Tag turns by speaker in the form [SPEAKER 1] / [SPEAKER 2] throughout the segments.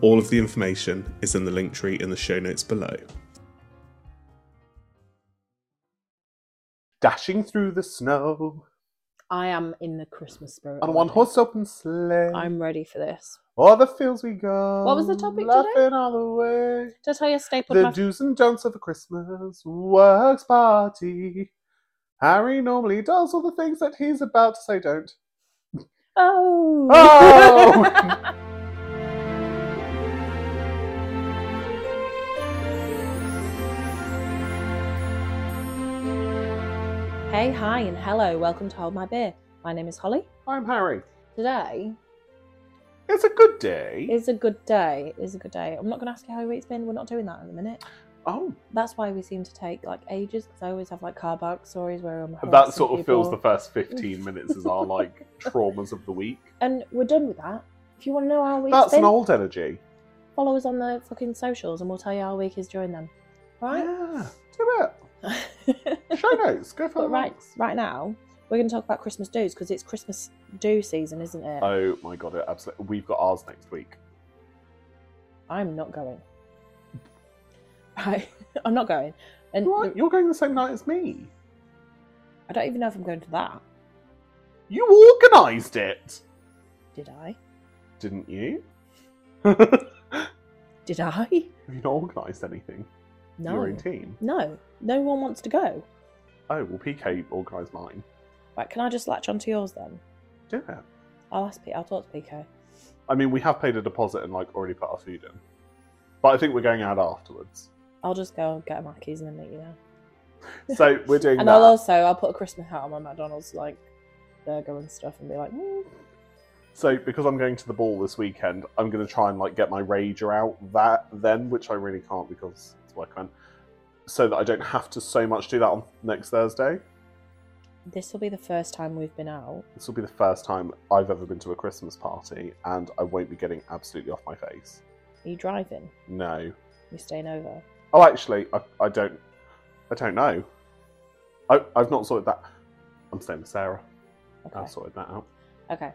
[SPEAKER 1] All of the information is in the link tree in the show notes below. Dashing through the snow
[SPEAKER 2] I am in the Christmas spirit.
[SPEAKER 1] on a
[SPEAKER 2] already.
[SPEAKER 1] one horse open sleigh.
[SPEAKER 2] I'm ready for this.
[SPEAKER 1] All the fields we go.
[SPEAKER 2] What was the topic today?
[SPEAKER 1] Laughing all the way.
[SPEAKER 2] Did I tell you I stapled
[SPEAKER 1] The
[SPEAKER 2] my
[SPEAKER 1] do's and don'ts of a Christmas works party. Harry normally does all the things that he's about to say don't.
[SPEAKER 2] Oh.
[SPEAKER 1] Oh!
[SPEAKER 2] hey, hi, and hello. Welcome to Hold My Beer. My name is Holly.
[SPEAKER 1] I'm Harry.
[SPEAKER 2] Today
[SPEAKER 1] It's a good day.
[SPEAKER 2] is a good day. It is a good day. I'm not going to ask you how your week's been. We're not doing that at the minute.
[SPEAKER 1] oh,
[SPEAKER 2] That's why we seem to take like ages because I always have like car park stories where I'm.
[SPEAKER 1] that
[SPEAKER 2] harassing
[SPEAKER 1] sort of fills the
[SPEAKER 2] people.
[SPEAKER 1] first 15 minutes as our like traumas of the week.
[SPEAKER 2] And we're done with that. If you want to know how our week's
[SPEAKER 1] That's
[SPEAKER 2] been,
[SPEAKER 1] an old energy.
[SPEAKER 2] follow us on the fucking socials and we'll tell you how our week is during them. Right?
[SPEAKER 1] Yeah. Do it. Show notes. Go for the
[SPEAKER 2] But right,
[SPEAKER 1] links.
[SPEAKER 2] right now, we're going to talk about Christmas do's because it's Christmas do season, isn't it?
[SPEAKER 1] Oh my god, it absolutely. We've got ours next week.
[SPEAKER 2] I'm not going. Right, I'm not going, and
[SPEAKER 1] What?
[SPEAKER 2] the-
[SPEAKER 1] You're going the same night as me.
[SPEAKER 2] I don't even know if I'm going to that.
[SPEAKER 1] You organised it,
[SPEAKER 2] Did I?
[SPEAKER 1] didn't you? Have
[SPEAKER 2] Did I?
[SPEAKER 1] you not organised anything?
[SPEAKER 2] No,
[SPEAKER 1] Your own team.
[SPEAKER 2] no, no one wants to go.
[SPEAKER 1] Oh well, PK organised mine.
[SPEAKER 2] Right, can I just latch onto yours then?
[SPEAKER 1] Yeah.
[SPEAKER 2] I'll ask. P- I'll talk to PK.
[SPEAKER 1] I mean, we have paid a deposit and like already put our food in, but I think we're going out afterwards.
[SPEAKER 2] I'll just go and get Mackey's and then meet you there.
[SPEAKER 1] So we're doing
[SPEAKER 2] And
[SPEAKER 1] that.
[SPEAKER 2] I'll also I'll put a Christmas hat on my McDonald's like burger and stuff and be like, "Mm,
[SPEAKER 1] So because I'm going to the ball this weekend, I'm going to try and like get my rager out that then, which I really can't because it's work man. So that I don't have to so much do that on next Thursday.
[SPEAKER 2] this will be the first time we've been out.
[SPEAKER 1] This will be the first time I've ever been to a Christmas party, and I won't be getting absolutely off my face.
[SPEAKER 2] Are you driving?
[SPEAKER 1] No.
[SPEAKER 2] You're staying over.
[SPEAKER 1] Oh, actually, I, I don't. I don't know. I, I've not sorted that. I'm staying with Sarah.
[SPEAKER 2] Okay.
[SPEAKER 1] I've sorted that out.
[SPEAKER 2] Okay.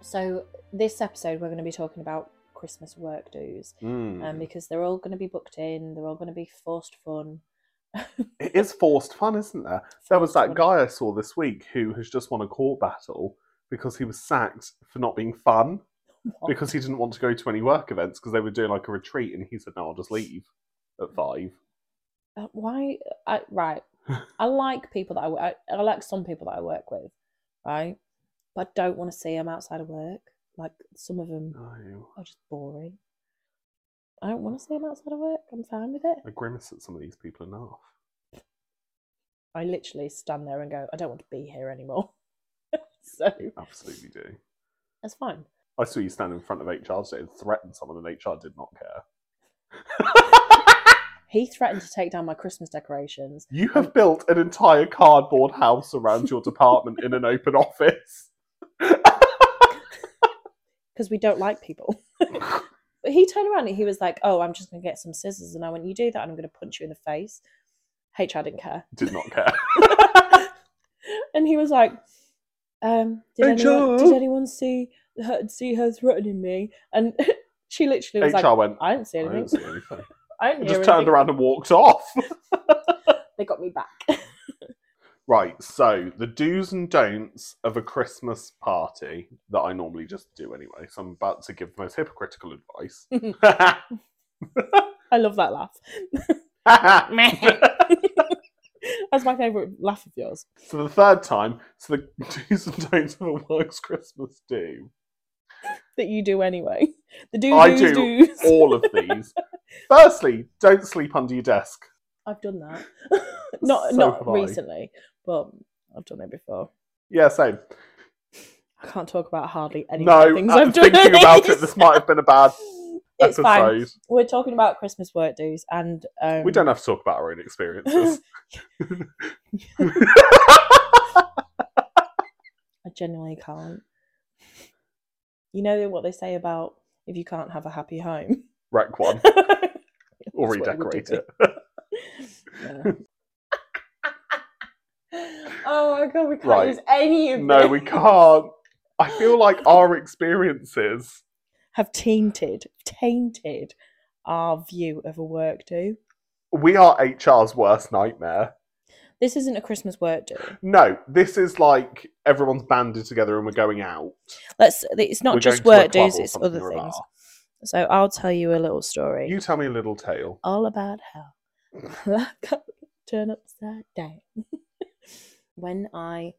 [SPEAKER 2] So this episode, we're going to be talking about Christmas work dues,
[SPEAKER 1] Mm.
[SPEAKER 2] um, because they're all going to be booked in. They're all going to be forced fun.
[SPEAKER 1] It is forced fun, isn't there? There was that
[SPEAKER 2] Forced
[SPEAKER 1] guy I saw this week who has just won a court battle because he was sacked for not being fun
[SPEAKER 2] fun.
[SPEAKER 1] because he didn't want to go to any work events because they were doing like a retreat and he said, No, I'll just leave at five.
[SPEAKER 2] Uh, why? I, right. I like people that I, wo- I I like some people that I work with, right? But I don't want to see them outside of work. Like some of them
[SPEAKER 1] No.
[SPEAKER 2] are just boring. I don't want to see them outside of work. I'm fine with it.
[SPEAKER 1] I grimace at some of these people enough.
[SPEAKER 2] I literally stand there and go, I don't want to be here anymore. so
[SPEAKER 1] You absolutely do.
[SPEAKER 2] that's fine.
[SPEAKER 1] I saw you stand in front of HR today and threaten someone, and HR did not care.
[SPEAKER 2] He threatened to take down my Christmas decorations.
[SPEAKER 1] You have built an entire cardboard house around your department in an open office.
[SPEAKER 2] because we don't like people. but he turned around and he was like, "Oh, I'm just going to get some scissors," and I went, "You do that, and I'm going to punch you in the face." HR didn't care,
[SPEAKER 1] Did not care.
[SPEAKER 2] and he was like, um, did, anyone,
[SPEAKER 1] HR?
[SPEAKER 2] "Did anyone see her, see her threatening me?" And she literally was
[SPEAKER 1] HR
[SPEAKER 2] like,
[SPEAKER 1] went,
[SPEAKER 2] "I didn't see
[SPEAKER 1] I
[SPEAKER 2] anything. I
[SPEAKER 1] didn't
[SPEAKER 2] didn't,
[SPEAKER 1] see anything.
[SPEAKER 2] hear
[SPEAKER 1] just
[SPEAKER 2] anything.
[SPEAKER 1] turned around and walked off.
[SPEAKER 2] They got me back."
[SPEAKER 1] right, so the do's and don'ts of a Christmas party that I normally just do anyway. So I'm about to give the most hypocritical advice.
[SPEAKER 2] I love that laugh. That's my favorite laugh of yours.
[SPEAKER 1] so the third time, so the do's and don'ts of a works Christmas do
[SPEAKER 2] that you do anyway. The do's,
[SPEAKER 1] I
[SPEAKER 2] do's,
[SPEAKER 1] do.
[SPEAKER 2] do's.
[SPEAKER 1] All of these. Firstly, don't sleep under your desk.
[SPEAKER 2] I've done that. not
[SPEAKER 1] So
[SPEAKER 2] not
[SPEAKER 1] have I.
[SPEAKER 2] recently, but I've done it before.
[SPEAKER 1] Yeah, same.
[SPEAKER 2] I can't talk about hardly any
[SPEAKER 1] no,
[SPEAKER 2] of the things
[SPEAKER 1] uh,
[SPEAKER 2] I've done.
[SPEAKER 1] thinking about it, this might have been a bad
[SPEAKER 2] it's fine.
[SPEAKER 1] episode.
[SPEAKER 2] We're talking about Christmas work do's, and um,
[SPEAKER 1] We don't have to talk about our own experiences.
[SPEAKER 2] I genuinely can't. You know what they say about if you can't have a happy home,
[SPEAKER 1] Wreck one or
[SPEAKER 2] That's what we
[SPEAKER 1] redecorate
[SPEAKER 2] do.
[SPEAKER 1] it.
[SPEAKER 2] Yeah. oh my god, we can't
[SPEAKER 1] Right.
[SPEAKER 2] use any of
[SPEAKER 1] No, we
[SPEAKER 2] this.
[SPEAKER 1] can't. I feel like our experiences.
[SPEAKER 2] have tainted tainted our view of a work do.
[SPEAKER 1] We are HR's worst nightmare.
[SPEAKER 2] This isn't a Christmas work do.
[SPEAKER 1] No, this is like everyone's banded together and we're going out.
[SPEAKER 2] Let's. It's not
[SPEAKER 1] We're
[SPEAKER 2] just
[SPEAKER 1] going to a
[SPEAKER 2] work
[SPEAKER 1] club
[SPEAKER 2] do's.
[SPEAKER 1] or
[SPEAKER 2] It's
[SPEAKER 1] something
[SPEAKER 2] other
[SPEAKER 1] or a
[SPEAKER 2] things.
[SPEAKER 1] bar.
[SPEAKER 2] So I'll tell you a little story.
[SPEAKER 1] You tell me a little tale.
[SPEAKER 2] all about how that got turned upside down. when I,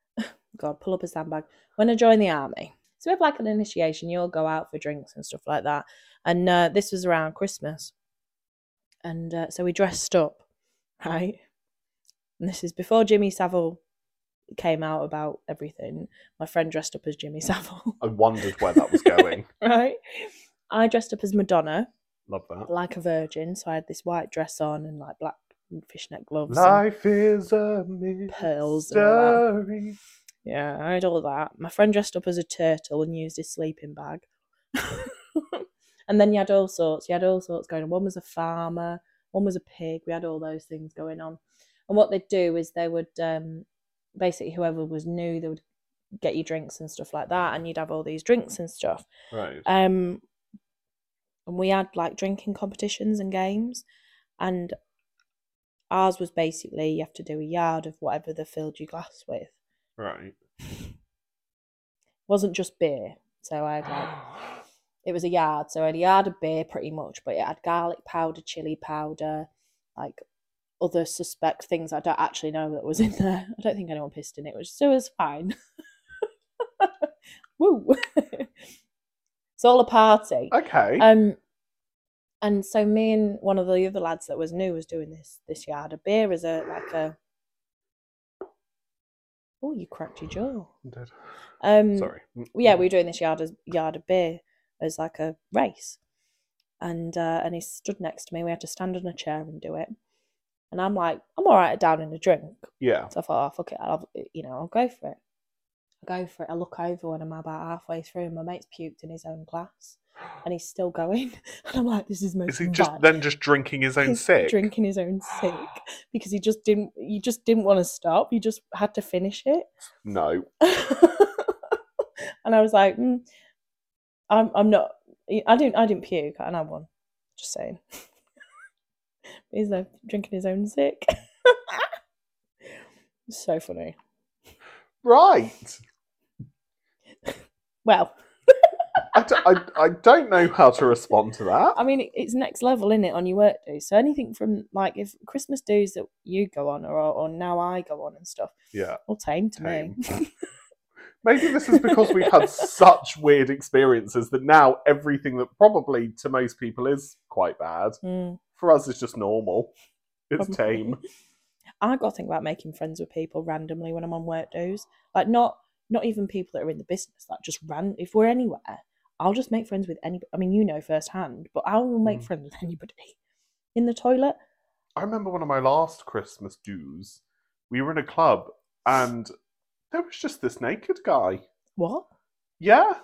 [SPEAKER 2] God, pull up a sandbag. When I joined the army, it's a bit like an initiation. You'll go out for drinks and stuff like that. And uh, this was around Christmas. And uh, so we dressed up, right? And this is before Jimmy Savile came out about everything. My friend dressed up as Jimmy Savile,
[SPEAKER 1] I wondered where that was going.
[SPEAKER 2] right? I dressed up as Madonna
[SPEAKER 1] Love that.
[SPEAKER 2] like a virgin, so I had this white dress on and like black fishnet gloves. and-
[SPEAKER 1] Life is a mystery.
[SPEAKER 2] Pearls and all yeah, I had all that. My friend dressed up as a turtle and used his sleeping bag. and then you had all sorts. You had all sorts going on. One was a farmer, one was a pig. We had all those things going on. And what they'd do is they would um, basically, whoever was new, they would get you drinks and stuff like that. And you'd have all these drinks and stuff.
[SPEAKER 1] Right.
[SPEAKER 2] Um, and we had like drinking competitions and games, and ours was basically you have to do a yard of whatever they filled your glass with. It
[SPEAKER 1] Right.
[SPEAKER 2] wasn't just beer, so I had like it was a yard, so I had a yard of beer pretty much, but it had garlic powder, chili powder, like other suspect things I don't actually know that was in there. I don't think anyone pissed in it, which so it was fine. Woo! it's all a party.
[SPEAKER 1] Okay.
[SPEAKER 2] Um, and so me and one of the other lads that was new was doing this this yard of beer as a like a. Oh, you cracked your jaw.
[SPEAKER 1] I'm dead.
[SPEAKER 2] Um,
[SPEAKER 1] Sorry.
[SPEAKER 2] yeah, we were doing this yard as yard of beer as like a race, and uh, and he stood next to me. We had to stand on a chair and do it, and I'm like, I'm all right at downing a drink.
[SPEAKER 1] Yeah.
[SPEAKER 2] So I thought, oh, fuck it, I'll, you know, I'll go for it. I go for it. I look over when I'm about halfway through, and my mate's puked in his own glass, and he's still going. And I'm like, this is most
[SPEAKER 1] Is he just
[SPEAKER 2] mad.
[SPEAKER 1] then just drinking his own
[SPEAKER 2] He's
[SPEAKER 1] sick?
[SPEAKER 2] drinking his own sick because he just didn't. You just didn't want to stop. You just had to finish it.
[SPEAKER 1] No.
[SPEAKER 2] and I was like, mm, I'm, I'm not. I didn't. I didn't puke, and I won. Just saying. He's like drinking his own sick. so funny.
[SPEAKER 1] Right.
[SPEAKER 2] Well,
[SPEAKER 1] I, d- I, I don't know how to respond to that.
[SPEAKER 2] I mean, it- it's next level, is it, on your work do? So anything from like if Christmas do's that you go on or or now I go on and stuff,
[SPEAKER 1] Yeah.
[SPEAKER 2] all tame to me.
[SPEAKER 1] tame. Maybe this is because we've had such weird experiences that now everything that probably to most people is quite bad
[SPEAKER 2] Mm,
[SPEAKER 1] for us is just normal. It's
[SPEAKER 2] probably.
[SPEAKER 1] tame.
[SPEAKER 2] I got to think about making friends with people randomly when I'm on work do's. Like not not even people that are in the business. Like just ran. If we're anywhere, I'll just make friends with any. I mean, you know firsthand, but I will make
[SPEAKER 1] Mm.
[SPEAKER 2] friends with anybody. In the toilet,
[SPEAKER 1] I remember one of my last Christmas dues. We were in a club and there was just this naked guy.
[SPEAKER 2] what?
[SPEAKER 1] Yeah.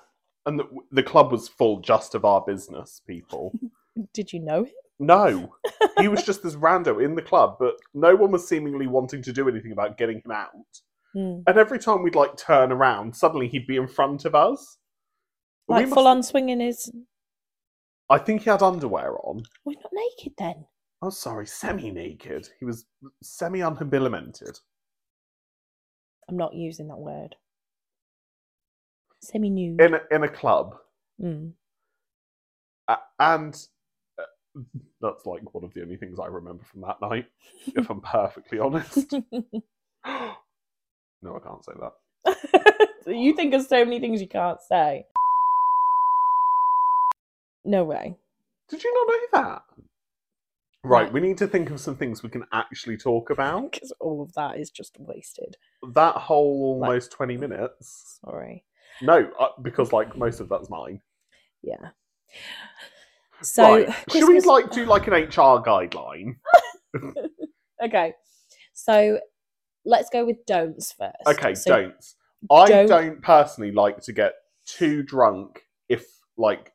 [SPEAKER 1] And the, the club was full just of our business people.
[SPEAKER 2] Did you know him?
[SPEAKER 1] No. He was just this rando in the club, but no one was seemingly wanting to do anything about getting him out.
[SPEAKER 2] Mm.
[SPEAKER 1] And every time we'd like turn around, suddenly he'd be in front of us. We
[SPEAKER 2] Like
[SPEAKER 1] must-
[SPEAKER 2] full on swinging his.
[SPEAKER 1] I think he had underwear on.
[SPEAKER 2] We're not naked then.
[SPEAKER 1] Oh, sorry, semi naked. He was semi unhabilimented.
[SPEAKER 2] I'm not using that word. Semi nude.
[SPEAKER 1] In a, in a club.
[SPEAKER 2] Mm.
[SPEAKER 1] A and uh, that's like one of the only things I remember from that night, if I'm perfectly honest. no, I can't say that.
[SPEAKER 2] you think of so many things you can't say. No way.
[SPEAKER 1] Did you not know that? Right, we need to think of some things we can actually talk about.
[SPEAKER 2] Because all of that is just wasted.
[SPEAKER 1] That whole
[SPEAKER 2] Like-
[SPEAKER 1] almost 20 minutes.
[SPEAKER 2] Sorry.
[SPEAKER 1] No, uh, because like most of that's mine.
[SPEAKER 2] Yeah. So
[SPEAKER 1] right. should we
[SPEAKER 2] Christmas-
[SPEAKER 1] like do like an HR guideline?
[SPEAKER 2] Okay. So let's go with don'ts first.
[SPEAKER 1] Okay,
[SPEAKER 2] So
[SPEAKER 1] don'ts. I
[SPEAKER 2] don't-
[SPEAKER 1] don't... personally like to get too drunk if like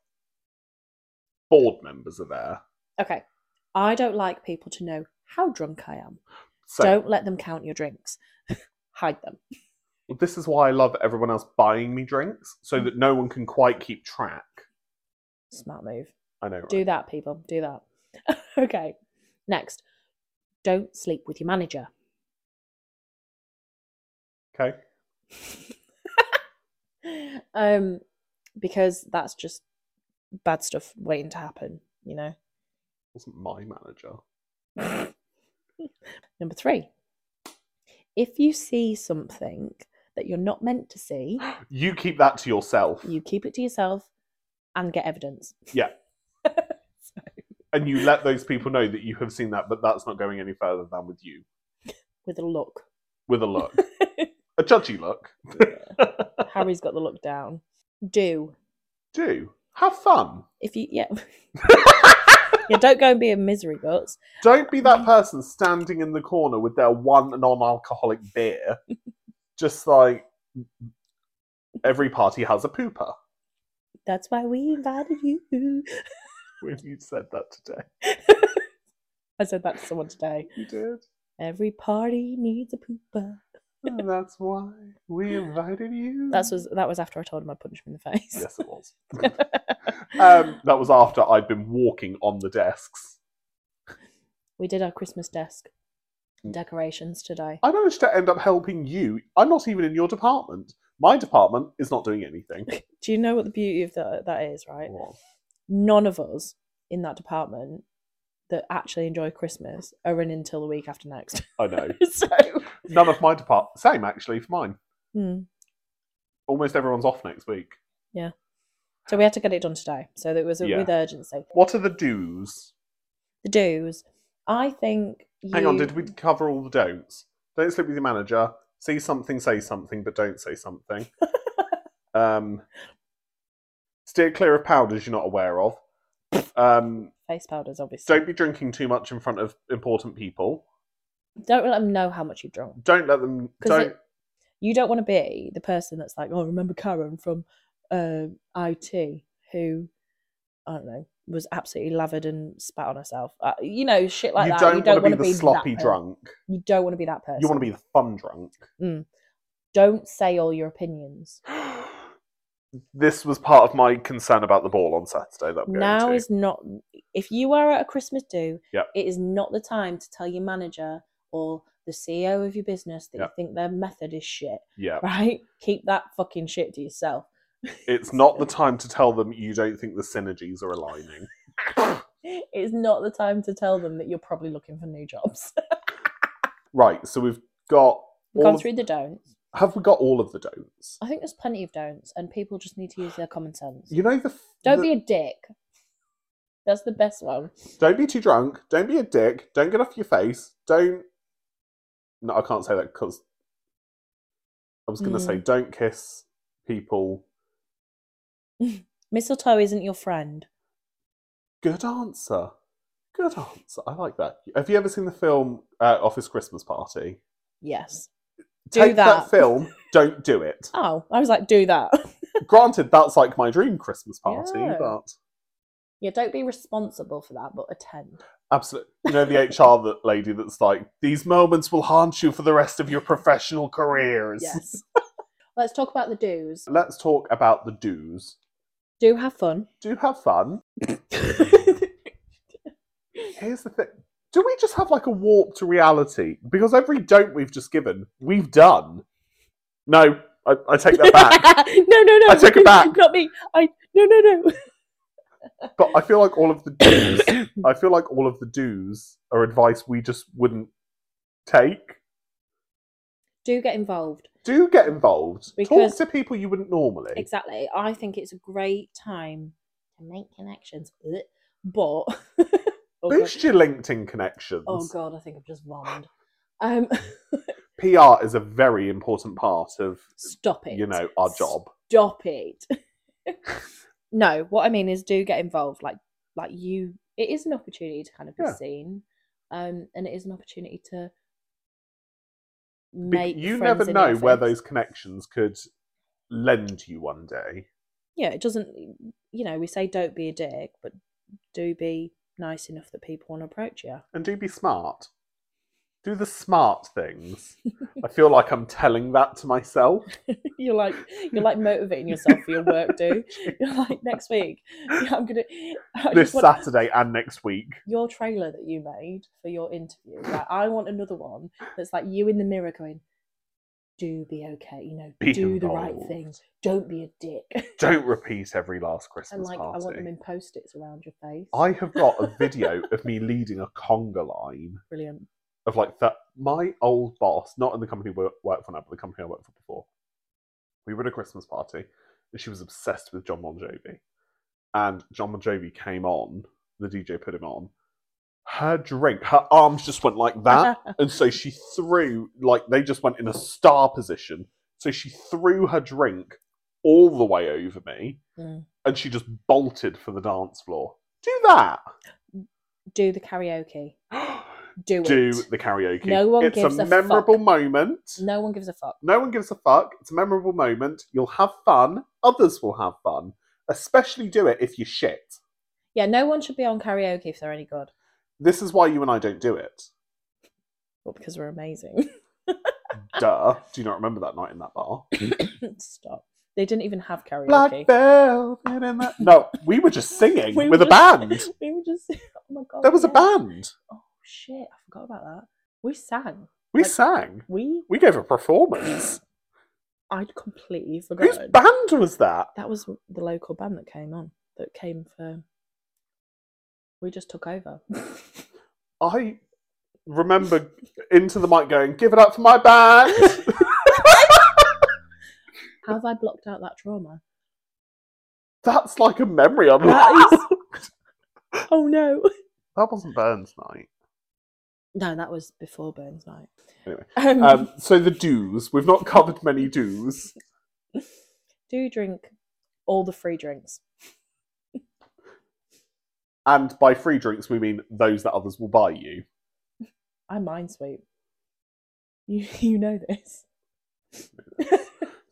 [SPEAKER 1] board members are there.
[SPEAKER 2] Okay. I don't like people to know how drunk I am.
[SPEAKER 1] So
[SPEAKER 2] Don't let them count your drinks. Hide them.
[SPEAKER 1] this is why I love everyone else buying me drinks
[SPEAKER 2] Mm.
[SPEAKER 1] so that no one can quite keep track.
[SPEAKER 2] Smart move.
[SPEAKER 1] I know. Right?
[SPEAKER 2] Do that, people. Do that. okay. Next. Don't sleep with your manager.
[SPEAKER 1] Okay.
[SPEAKER 2] um, because that's just bad stuff waiting to happen, you know.
[SPEAKER 1] Wasn't my manager.
[SPEAKER 2] Number three. If you see something that you're not meant to see,
[SPEAKER 1] You keep that to yourself
[SPEAKER 2] you keep it to yourself and get evidence.
[SPEAKER 1] and you let those people know that you have seen that, but that's not going any further than with you.
[SPEAKER 2] with a look.
[SPEAKER 1] With a look. a judgy look.
[SPEAKER 2] Harry's got the look down. Do
[SPEAKER 1] Do. Have fun.
[SPEAKER 2] if you yeah yeah don't go and be a misery guts.
[SPEAKER 1] Don't be that person standing in the corner with their one non alcoholic beer. Just like every party has a pooper.
[SPEAKER 2] That's why we invited you.
[SPEAKER 1] When you said that today,
[SPEAKER 2] I said that to someone today.
[SPEAKER 1] you did.
[SPEAKER 2] Every party needs a pooper.
[SPEAKER 1] And that's why we invited you.
[SPEAKER 2] That's was that was after I told him I'd punch him in the face.
[SPEAKER 1] Yes, it was. um, that was after I'd been walking on the desks.
[SPEAKER 2] we did our Christmas desk
[SPEAKER 1] Mm.
[SPEAKER 2] decorations today.
[SPEAKER 1] I managed to end up helping you. I'm not even in your department. My department is not doing anything.
[SPEAKER 2] Do you know what the beauty of that that is, right?
[SPEAKER 1] What?
[SPEAKER 2] None of us in that department that actually enjoy Christmas are in until the week after next.
[SPEAKER 1] I know.
[SPEAKER 2] so
[SPEAKER 1] None of my department. Same actually for mine.
[SPEAKER 2] hmm.
[SPEAKER 1] Almost everyone's off next week.
[SPEAKER 2] So we had to get it done today. So it was
[SPEAKER 1] Yeah.
[SPEAKER 2] with urgency.
[SPEAKER 1] What are the do's?
[SPEAKER 2] The do's, I think. You,
[SPEAKER 1] Hang on, did we cover all the don'ts? Don't sleep with your manager. See something, say something, but don't say something. um, steer clear of powders you're not aware of. Um,
[SPEAKER 2] face powders? Obviously,
[SPEAKER 1] don't be drinking too much in front of important people.
[SPEAKER 2] don't, let them know how much you've drunk.
[SPEAKER 1] Don't let them.
[SPEAKER 2] 'Cause
[SPEAKER 1] Don't.
[SPEAKER 2] it- You don't want to be the person that's like, oh, remember Karen from uh, IT who I don't know was absolutely lathered and spat on herself. Uh, you know, shit like
[SPEAKER 1] you
[SPEAKER 2] that.
[SPEAKER 1] don't
[SPEAKER 2] you don't
[SPEAKER 1] want to
[SPEAKER 2] want
[SPEAKER 1] be the sloppy drunk.
[SPEAKER 2] You don't want to be that person.
[SPEAKER 1] You want to be the fun drunk.
[SPEAKER 2] Don't say all your opinions.
[SPEAKER 1] this was part of my concern about the ball on Saturday. That I'm going
[SPEAKER 2] now
[SPEAKER 1] to.
[SPEAKER 2] is not if you are at a christmas do
[SPEAKER 1] Yep.
[SPEAKER 2] it is not the time to tell your manager or the ceo of your business that
[SPEAKER 1] Yep.
[SPEAKER 2] you think their method is shit
[SPEAKER 1] yeah,
[SPEAKER 2] right keep that fucking shit to yourself
[SPEAKER 1] it's not the time to tell them you don't think the synergies are aligning.
[SPEAKER 2] it's not the time to tell them that you're probably looking for new jobs
[SPEAKER 1] Right, so we've got.
[SPEAKER 2] we've
[SPEAKER 1] all
[SPEAKER 2] gone
[SPEAKER 1] of-
[SPEAKER 2] through the don'ts
[SPEAKER 1] have we got all of the don'ts?
[SPEAKER 2] i think there's plenty of don'ts and people just need to use their common sense
[SPEAKER 1] You know the. f-
[SPEAKER 2] don't
[SPEAKER 1] the-
[SPEAKER 2] be a dick that's the best one
[SPEAKER 1] Don't be too drunk. Don't be a dick. Don't get off your face. Don't. No, I can't say that because I was going to
[SPEAKER 2] Hmm.
[SPEAKER 1] say don't kiss people.
[SPEAKER 2] mistletoe isn't your friend
[SPEAKER 1] Good answer. Good answer. I like that. Have you ever seen the film uh, Office Christmas Party?
[SPEAKER 2] yes Do
[SPEAKER 1] Take
[SPEAKER 2] that.
[SPEAKER 1] film. Don't do it.
[SPEAKER 2] oh i was like do that
[SPEAKER 1] Granted, that's like my dream Christmas party,
[SPEAKER 2] Yeah.
[SPEAKER 1] but
[SPEAKER 2] yeah don't be responsible for that but attend
[SPEAKER 1] absolutely, you know the HR that lady that's like these moments will haunt you for the rest of your professional careers.
[SPEAKER 2] Yes. Let's talk about the do's.
[SPEAKER 1] Let's talk about the do's.
[SPEAKER 2] Do have fun.
[SPEAKER 1] Do have fun. Here's the thing. Do we just have like a warp to reality? Because every don't we've just given, we've done. No, I, I take that back.
[SPEAKER 2] no, no, no.
[SPEAKER 1] I take it back.
[SPEAKER 2] Not me. I no, no, no.
[SPEAKER 1] but I feel like all of the do's, I feel like all of the do's are advice we just wouldn't take.
[SPEAKER 2] Do get involved.
[SPEAKER 1] Do get involved.
[SPEAKER 2] Because-
[SPEAKER 1] Talk to people you wouldn't normally.
[SPEAKER 2] Exactly. I think it's a great time to make connections. Ugh. But oh, God.
[SPEAKER 1] Boost your LinkedIn connections.
[SPEAKER 2] Oh, God, I think I've just vomited. Um,
[SPEAKER 1] PR is a very important part of
[SPEAKER 2] stop it.
[SPEAKER 1] you know our job.
[SPEAKER 2] stop it. no, what I mean is do get involved. Like like you it is an opportunity to kind of be
[SPEAKER 1] Yeah.
[SPEAKER 2] seen. Um and it is an opportunity to
[SPEAKER 1] Be-
[SPEAKER 2] make
[SPEAKER 1] you
[SPEAKER 2] friends
[SPEAKER 1] never
[SPEAKER 2] in
[SPEAKER 1] know
[SPEAKER 2] your
[SPEAKER 1] where
[SPEAKER 2] friends-
[SPEAKER 1] those connections could lend you one day.
[SPEAKER 2] Yeah, it doesn't you know, we say don't be a dick, but do be nice enough that people want to approach you.
[SPEAKER 1] And do be smart. Do the smart things. I feel like I'm telling that to myself.
[SPEAKER 2] you're like you're like motivating yourself for your work, do. You're like next week. Yeah, I'm gonna I
[SPEAKER 1] this
[SPEAKER 2] just want-
[SPEAKER 1] Saturday and next week.
[SPEAKER 2] your trailer that you made for your interview. Like, I want another one that's like you in the mirror going, "Do be okay, you know,
[SPEAKER 1] Be
[SPEAKER 2] do the
[SPEAKER 1] involved.
[SPEAKER 2] right thing. Don't be a dick."
[SPEAKER 1] Don't repeat every last Christmas
[SPEAKER 2] and like,
[SPEAKER 1] party.
[SPEAKER 2] I want them in post its around your face.
[SPEAKER 1] I have got a video of me leading a conga line
[SPEAKER 2] Brilliant.
[SPEAKER 1] of like that. My old boss, not in the company we worked for now, but the company I worked for before, we were at a Christmas party and she was obsessed with John Bon Jovi. And John Bon Jovi came on, the DJ put him on. Her drink, her arms just went like that.
[SPEAKER 2] Uh-huh.
[SPEAKER 1] And so she threw, like, they just went in a star position. So she threw her drink all the way over me
[SPEAKER 2] Mm.
[SPEAKER 1] and she just bolted for the dance floor. Do that.
[SPEAKER 2] do the karaoke. Do,
[SPEAKER 1] Do
[SPEAKER 2] it.
[SPEAKER 1] the karaoke.
[SPEAKER 2] No one
[SPEAKER 1] it's
[SPEAKER 2] gives
[SPEAKER 1] a
[SPEAKER 2] a
[SPEAKER 1] memorable
[SPEAKER 2] fuck.
[SPEAKER 1] moment.
[SPEAKER 2] No one gives a fuck.
[SPEAKER 1] No one gives a fuck. It's a memorable moment. You'll have fun. Others will have fun. Especially do it if you shit.
[SPEAKER 2] Yeah, no one should be on karaoke if they're any good.
[SPEAKER 1] This is why you and I don't do it.
[SPEAKER 2] Well, because we're amazing. Ah.
[SPEAKER 1] Duh. Do you not remember that night in that bar?
[SPEAKER 2] Stop. They didn't even have karaoke.
[SPEAKER 1] Black velvet in that. No, we were just singing
[SPEAKER 2] We
[SPEAKER 1] with
[SPEAKER 2] were
[SPEAKER 1] a
[SPEAKER 2] just-
[SPEAKER 1] band.
[SPEAKER 2] we were just. Oh my god.
[SPEAKER 1] There was a
[SPEAKER 2] yeah.
[SPEAKER 1] band.
[SPEAKER 2] Oh shit! I forgot about that. We sang.
[SPEAKER 1] We
[SPEAKER 2] Like-
[SPEAKER 1] sang.
[SPEAKER 2] We
[SPEAKER 1] We gave a performance.
[SPEAKER 2] I'd completely
[SPEAKER 1] Whose
[SPEAKER 2] forgotten.
[SPEAKER 1] band was that?
[SPEAKER 2] that was the local band that came on, that came for. We just took over.
[SPEAKER 1] I remember into the mic going, "Give it up for my band."
[SPEAKER 2] How have I blocked out that trauma?
[SPEAKER 1] That's like a memory on
[SPEAKER 2] That is. Oh no.
[SPEAKER 1] That wasn't Burns night.
[SPEAKER 2] No, that was before Burns Night.
[SPEAKER 1] Anyway,
[SPEAKER 2] Um,
[SPEAKER 1] Um, so the do's. We've not covered many do's.
[SPEAKER 2] do drink all the free drinks.
[SPEAKER 1] And by free drinks, we mean those that others will buy you.
[SPEAKER 2] I mind sweep. You you know this.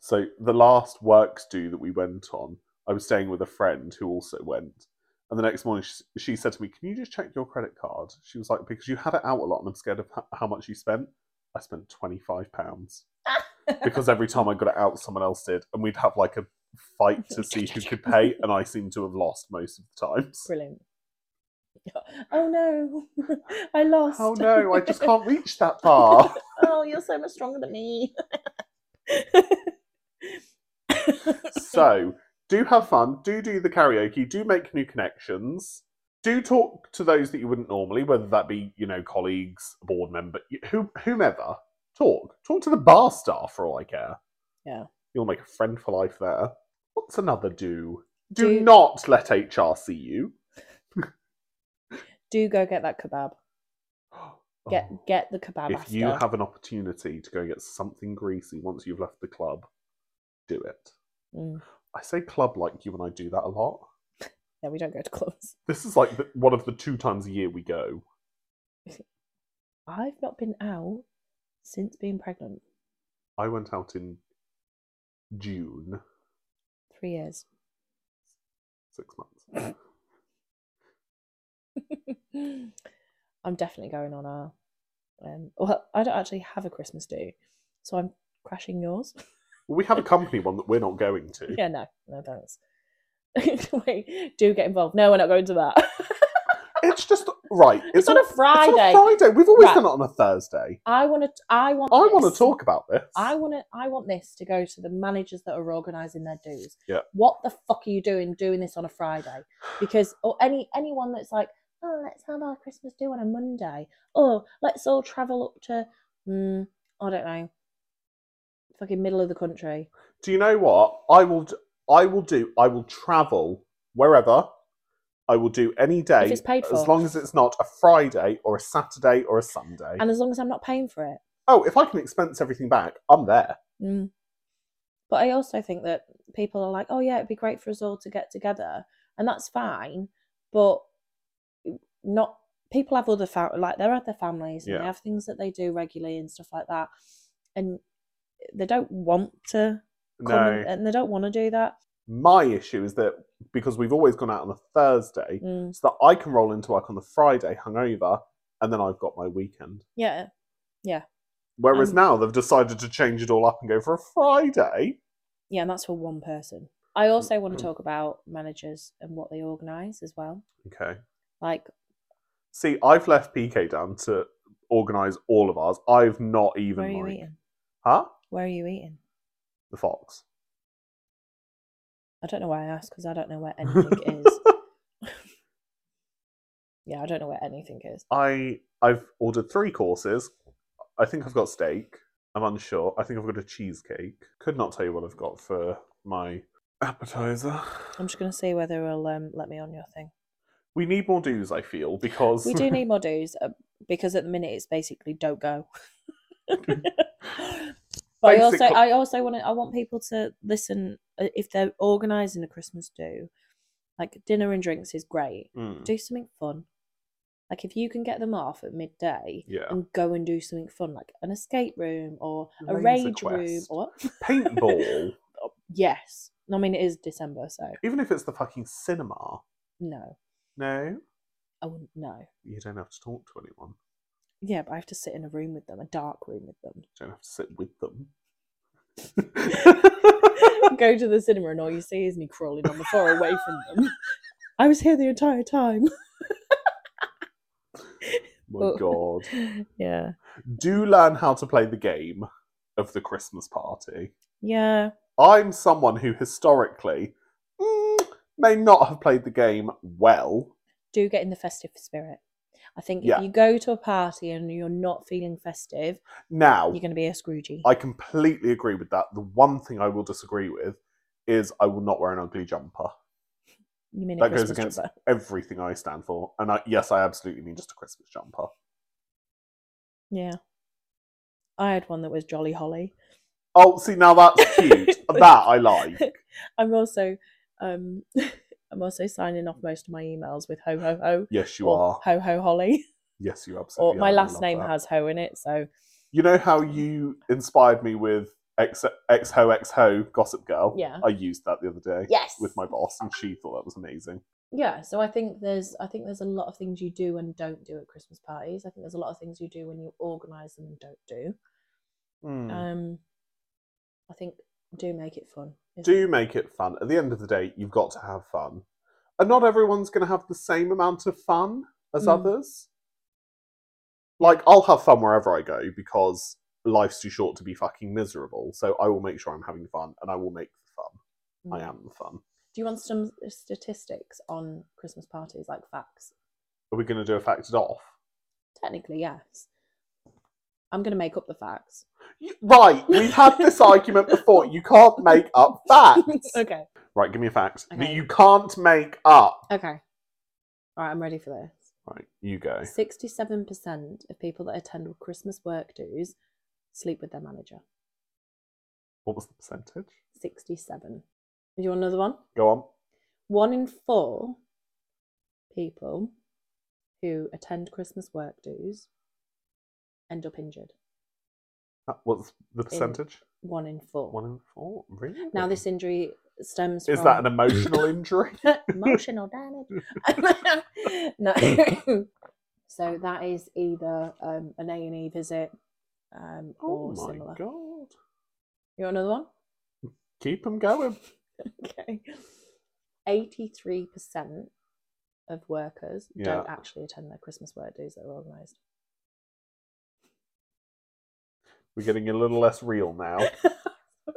[SPEAKER 1] So the last works do that we went on, I was staying with a friend who also went. And the next morning, she, she said to me, "Can you just check your credit card?" She was like, "Because you had it out a lot, and I'm scared of ho- how much you spent." I spent twenty five pounds because every time I got it out, someone else did, and we'd have like a fight to see who could pay, and I seemed to have lost most of the times.
[SPEAKER 2] Brilliant. Oh no, I lost.
[SPEAKER 1] Oh no, I just can't reach that far.
[SPEAKER 2] oh, you're so much stronger than me.
[SPEAKER 1] so do have fun do do the karaoke do make new connections do talk to those that you wouldn't normally whether that be you know colleagues a board member y- who, whomever talk talk to the bar staff for all i care
[SPEAKER 2] Yeah.
[SPEAKER 1] you'll make a friend for life there what's another do do,
[SPEAKER 2] do,
[SPEAKER 1] not let hr see you
[SPEAKER 2] do go get that kebab. Get
[SPEAKER 1] Oh,
[SPEAKER 2] get the kebab
[SPEAKER 1] if
[SPEAKER 2] after.
[SPEAKER 1] you have an opportunity to go get something greasy once you've left the club do it
[SPEAKER 2] Mm.
[SPEAKER 1] i say club like you and i do that a lot
[SPEAKER 2] Yeah, we don't go to clubs.
[SPEAKER 1] This is like the, one of the two times a year we go.
[SPEAKER 2] I've not been out since being pregnant.
[SPEAKER 1] I went out in June,
[SPEAKER 2] Three years.
[SPEAKER 1] six months.
[SPEAKER 2] I'm definitely going on a. Um, well, I don't actually have a Christmas do, so I'm crashing yours.
[SPEAKER 1] we have a company one that we're not going to.
[SPEAKER 2] Yeah, no, no thanks. Wait, do get involved. No, we're not going to that.
[SPEAKER 1] It's just right.
[SPEAKER 2] it's, on a Friday.
[SPEAKER 1] It's on a Friday. We've always
[SPEAKER 2] Right.
[SPEAKER 1] done it on a Thursday.
[SPEAKER 2] I want to. I want.
[SPEAKER 1] I want
[SPEAKER 2] this.
[SPEAKER 1] to talk about this.
[SPEAKER 2] I want to. I want this to go to the managers that are organising their dues.
[SPEAKER 1] Yeah.
[SPEAKER 2] What the fuck are you doing doing this on a Friday? Because or any anyone that's like, oh, let's have our Christmas do on a Monday. Or let's all travel up to, mm, I don't know, fucking middle of the country.
[SPEAKER 1] do you know what I will? d- I will do. I will travel wherever I will do any day
[SPEAKER 2] If it's paid for.
[SPEAKER 1] as long as it's not a Friday or a Saturday or a Sunday.
[SPEAKER 2] And as long as I'm not paying for it.
[SPEAKER 1] oh, if I can expense everything back, I'm there.
[SPEAKER 2] Mm. But I also think that people are like, oh, yeah, it'd be great for us all to get together. And that's fine. But not people have other fam- like they're other families and
[SPEAKER 1] Yeah.
[SPEAKER 2] they have things that they do regularly and stuff like that. And they don't want to come
[SPEAKER 1] No.
[SPEAKER 2] and, and they don't want to do that.
[SPEAKER 1] My issue is that because we've always gone out on a Thursday,
[SPEAKER 2] Mm.
[SPEAKER 1] so that I can roll into work on the Friday hungover and then I've got my weekend.
[SPEAKER 2] Yeah.
[SPEAKER 1] Whereas
[SPEAKER 2] Um,
[SPEAKER 1] now they've decided to change it all up and go for a Friday.
[SPEAKER 2] Yeah. And that's for one person. I
[SPEAKER 1] Mm.
[SPEAKER 2] also want to talk about managers and what they organise as well.
[SPEAKER 1] Okay.
[SPEAKER 2] Like,
[SPEAKER 1] See, I've left PK down to organise all of ours. I've not
[SPEAKER 2] where are
[SPEAKER 1] even
[SPEAKER 2] you
[SPEAKER 1] like,
[SPEAKER 2] eating?
[SPEAKER 1] huh?
[SPEAKER 2] Where are you eating?
[SPEAKER 1] The fox.
[SPEAKER 2] I don't know why I asked because I don't know where anything is. Yeah, I don't know where anything is.
[SPEAKER 1] I I've ordered three courses. I think I've got steak. I'm unsure. I think I've got a cheesecake. Could not tell you what I've got for my appetizer.
[SPEAKER 2] I'm just going to see whether it'll um, let me on your thing.
[SPEAKER 1] We need more do's, I feel, because
[SPEAKER 2] We do need more do's uh, because at the minute it's basically don't go. but I also,
[SPEAKER 1] Basically-
[SPEAKER 2] I also want to, I want people to listen uh, if they're organising a Christmas do. Like dinner and drinks is great.
[SPEAKER 1] Mm,
[SPEAKER 2] Do something fun. Like if you can get them off at midday
[SPEAKER 1] yeah.
[SPEAKER 2] and go and do something fun, like an escape room or a
[SPEAKER 1] Laser
[SPEAKER 2] rage room
[SPEAKER 1] quest.
[SPEAKER 2] or what?
[SPEAKER 1] Paintball.
[SPEAKER 2] yes. I mean, it is December, so
[SPEAKER 1] Even if it's the fucking cinema.
[SPEAKER 2] no,
[SPEAKER 1] No.
[SPEAKER 2] I wouldn't know.
[SPEAKER 1] You don't have to talk to anyone.
[SPEAKER 2] Yeah, but I have to sit in a room with them, a dark room with them.
[SPEAKER 1] You don't have to sit with them.
[SPEAKER 2] Go to the cinema and all you see is me crawling on the floor away from them. I was here the entire time.
[SPEAKER 1] My
[SPEAKER 2] Oh.
[SPEAKER 1] god.
[SPEAKER 2] Yeah.
[SPEAKER 1] Do learn how to play the game of the Christmas party.
[SPEAKER 2] Yeah.
[SPEAKER 1] I'm someone who historically mm, may not have played the game well.
[SPEAKER 2] Do get in the festive spirit. I think
[SPEAKER 1] Yeah.
[SPEAKER 2] if you go to a party and you're not feeling festive,
[SPEAKER 1] Now,
[SPEAKER 2] you're going to be a Scroogey.
[SPEAKER 1] Oh. I completely agree with that. The one thing I will disagree with is I will not wear an ugly jumper.
[SPEAKER 2] You mean a
[SPEAKER 1] that goes
[SPEAKER 2] Christmas
[SPEAKER 1] against-
[SPEAKER 2] jumper.
[SPEAKER 1] Everything I stand for. And I, yes, I absolutely mean just a Christmas jumper.
[SPEAKER 2] Yeah. I had one that was Jolly Holly.
[SPEAKER 1] Oh, see, now that's cute. that I like.
[SPEAKER 2] I'm also, um, I'm also signing off most of my emails with ho ho ho.
[SPEAKER 1] Yes, you
[SPEAKER 2] or
[SPEAKER 1] are.
[SPEAKER 2] Ho ho holly.
[SPEAKER 1] Yes, you absolutely
[SPEAKER 2] or my
[SPEAKER 1] are. I
[SPEAKER 2] last
[SPEAKER 1] love
[SPEAKER 2] name
[SPEAKER 1] that.
[SPEAKER 2] has ho in it so
[SPEAKER 1] You know how you inspired me with X X Ho X Ho Gossip Girl?
[SPEAKER 2] Yeah.
[SPEAKER 1] I used that the other day
[SPEAKER 2] yes
[SPEAKER 1] with my boss, and she thought that was amazing.
[SPEAKER 2] yeah so i think there's i think there's a lot of things you do and don't do at christmas parties i think there's a lot of things you do when you organize them and don't do
[SPEAKER 1] Mm.
[SPEAKER 2] um i think do make it fun is-
[SPEAKER 1] Do make it fun. At the end of the day, you've got to have fun, and not everyone's going to have the same amount of fun as
[SPEAKER 2] Mm.
[SPEAKER 1] others. Like I'll have fun wherever I go because life's too short to be fucking miserable. So I will make sure I'm having fun, and I will make the fun.
[SPEAKER 2] Mm.
[SPEAKER 1] I am the fun.
[SPEAKER 2] do you want some statistics on christmas parties like facts
[SPEAKER 1] Are we going to do a factored off?
[SPEAKER 2] technically yes i'm going to make up the facts
[SPEAKER 1] You- Right, we've had this argument before. You can't make up facts.
[SPEAKER 2] okay
[SPEAKER 1] Right, give me a fact that
[SPEAKER 2] Okay.
[SPEAKER 1] you can't make up.
[SPEAKER 2] okay all right i'm ready for this
[SPEAKER 1] Right, you go.
[SPEAKER 2] 67% of people that attend Christmas work dues sleep with their manager.
[SPEAKER 1] What was the percentage?
[SPEAKER 2] 67. Do you want another one?
[SPEAKER 1] Go on.
[SPEAKER 2] One in four people who attend Christmas work dues end up injured.
[SPEAKER 1] Uh, What's the percentage?
[SPEAKER 2] One in four.
[SPEAKER 1] One in four. Really?
[SPEAKER 2] Now, this injury stems
[SPEAKER 1] is
[SPEAKER 2] from.
[SPEAKER 1] that an emotional injury?
[SPEAKER 2] emotional damage. no. so that is either um, an A and E visit um,
[SPEAKER 1] Oh
[SPEAKER 2] or
[SPEAKER 1] my
[SPEAKER 2] similar.
[SPEAKER 1] god!
[SPEAKER 2] You want another one?
[SPEAKER 1] Keep them going.
[SPEAKER 2] Okay. 83% of workers don't
[SPEAKER 1] Yeah.
[SPEAKER 2] actually attend their Christmas work days that are organised.
[SPEAKER 1] We're getting a little less real now.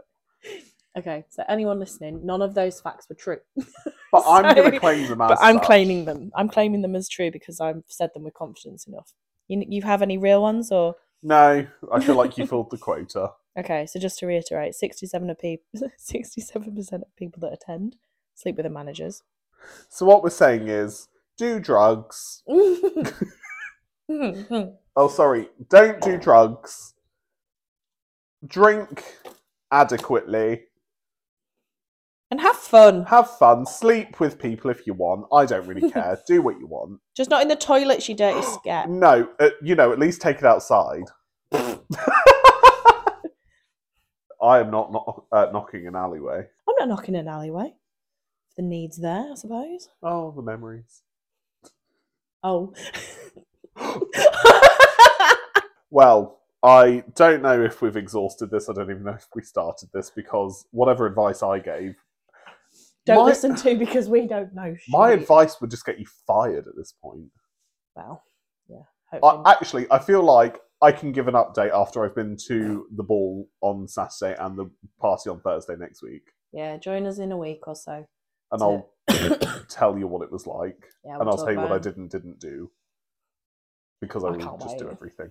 [SPEAKER 2] okay, so anyone listening, none of those facts were true.
[SPEAKER 1] But I'm going
[SPEAKER 2] So-
[SPEAKER 1] to claim them as.
[SPEAKER 2] but I'm
[SPEAKER 1] such.
[SPEAKER 2] claiming them. I'm claiming them as true because I've said them with confidence enough. You, you have any real ones or?
[SPEAKER 1] No, I feel like you filled the quota.
[SPEAKER 2] Okay, so just to reiterate, 67 of people, 67% of people that attend sleep with their managers.
[SPEAKER 1] So what we're saying is, do drugs. Hmm, Oh, sorry, don't do drugs. Drink adequately.
[SPEAKER 2] and have fun.
[SPEAKER 1] Have fun. Sleep with people if you want. I don't really care. do what you want.
[SPEAKER 2] Just not in the toilets, you dirty scat.
[SPEAKER 1] No, uh, you know, at least take it outside. I am not, not uh, knocking an alleyway.
[SPEAKER 2] I'm not knocking an alleyway. The need's there, I suppose.
[SPEAKER 1] Oh, the memories.
[SPEAKER 2] Oh.
[SPEAKER 1] Well, I don't know if we've exhausted this. I don't even know if we started this because whatever advice I gave,
[SPEAKER 2] don't
[SPEAKER 1] My-
[SPEAKER 2] listen to because we don't know shit.
[SPEAKER 1] my advice would just get you fired at this point.
[SPEAKER 2] Well, yeah.
[SPEAKER 1] I,
[SPEAKER 2] Hopefully.
[SPEAKER 1] actually, I feel like I can give an update after I've been to the ball on Saturday and the party on Thursday next week,
[SPEAKER 2] yeah, join us in a week or so.
[SPEAKER 1] and
[SPEAKER 2] So-
[SPEAKER 1] I'll tell you what it was like,
[SPEAKER 2] Yeah,
[SPEAKER 1] and
[SPEAKER 2] we'll
[SPEAKER 1] I'll
[SPEAKER 2] talk
[SPEAKER 1] tell you what
[SPEAKER 2] about
[SPEAKER 1] I
[SPEAKER 2] it.
[SPEAKER 1] did and didn't do because I,
[SPEAKER 2] I
[SPEAKER 1] will
[SPEAKER 2] can't
[SPEAKER 1] just do
[SPEAKER 2] wait.
[SPEAKER 1] everything.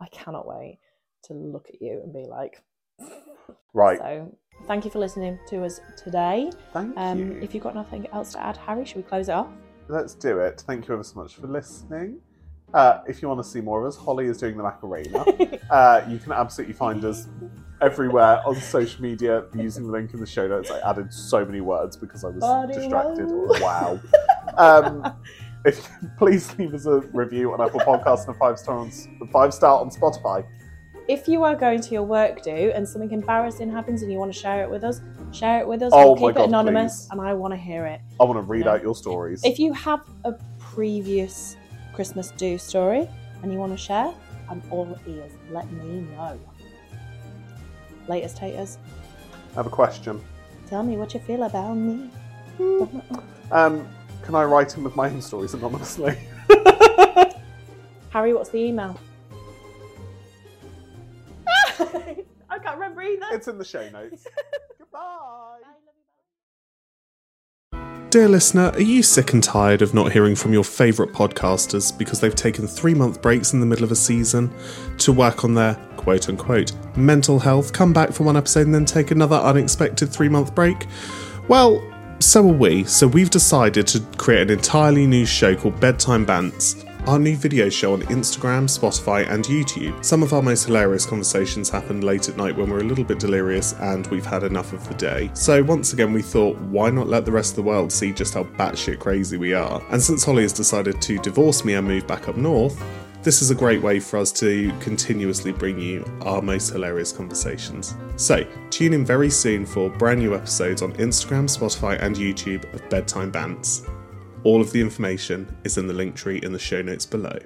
[SPEAKER 2] I cannot wait to look at you and be like.
[SPEAKER 1] Right,
[SPEAKER 2] So, thank you for listening to us today.
[SPEAKER 1] thank
[SPEAKER 2] Um,
[SPEAKER 1] you.
[SPEAKER 2] If you've got nothing else to add, Harry, should we close it off?
[SPEAKER 1] Let's do it. Thank you ever so much for listening. Uh, if you want to see more of us, Holly is doing the Macarena. Uh, you can absolutely find us everywhere on social media using the link in the show notes. I added so many words because I was
[SPEAKER 2] Bloody
[SPEAKER 1] distracted. Wow.
[SPEAKER 2] hell.
[SPEAKER 1] Um, if please leave us a review on Apple Podcasts and a five star on S- five star on Spotify.
[SPEAKER 2] If you are going to your work do and something embarrassing happens and you want to share it with us, share it with us.
[SPEAKER 1] Oh
[SPEAKER 2] we'll
[SPEAKER 1] my
[SPEAKER 2] keep
[SPEAKER 1] God,
[SPEAKER 2] it anonymous
[SPEAKER 1] please.
[SPEAKER 2] and I want to hear it.
[SPEAKER 1] I want to read
[SPEAKER 2] No.
[SPEAKER 1] out your stories.
[SPEAKER 2] If you have a previous Christmas do story and you want to share, I'm all ears. Let me know. Latest haters,
[SPEAKER 1] I have a question.
[SPEAKER 2] tell me what you feel about me.
[SPEAKER 1] Um, can I write in with my own stories anonymously?
[SPEAKER 2] Harry, what's the email? I can't remember either.
[SPEAKER 1] it's in the show notes. Goodbye.
[SPEAKER 3] Dear listener, are you sick and tired of not hearing from your favourite podcasters because they've taken three month breaks in the middle of a season to work on their quote unquote mental health, come back for one episode and then take another unexpected three month break? Well, so are we, so we've decided to create an entirely new show called Bedtime Bants. Our new video show on Instagram, Spotify, and YouTube. Some of our most hilarious conversations happened late at night when we're a little bit delirious and we've had enough of the day. So, once again, we thought, why not let the rest of the world see just how batshit crazy we are? And since Holly has decided to divorce me and move back up north, this is a great way for us to continuously bring you our most hilarious conversations. So, tune in very soon for brand new episodes on Instagram, Spotify, and YouTube of Bedtime Bants. All of the information is in the link tree in the show notes below.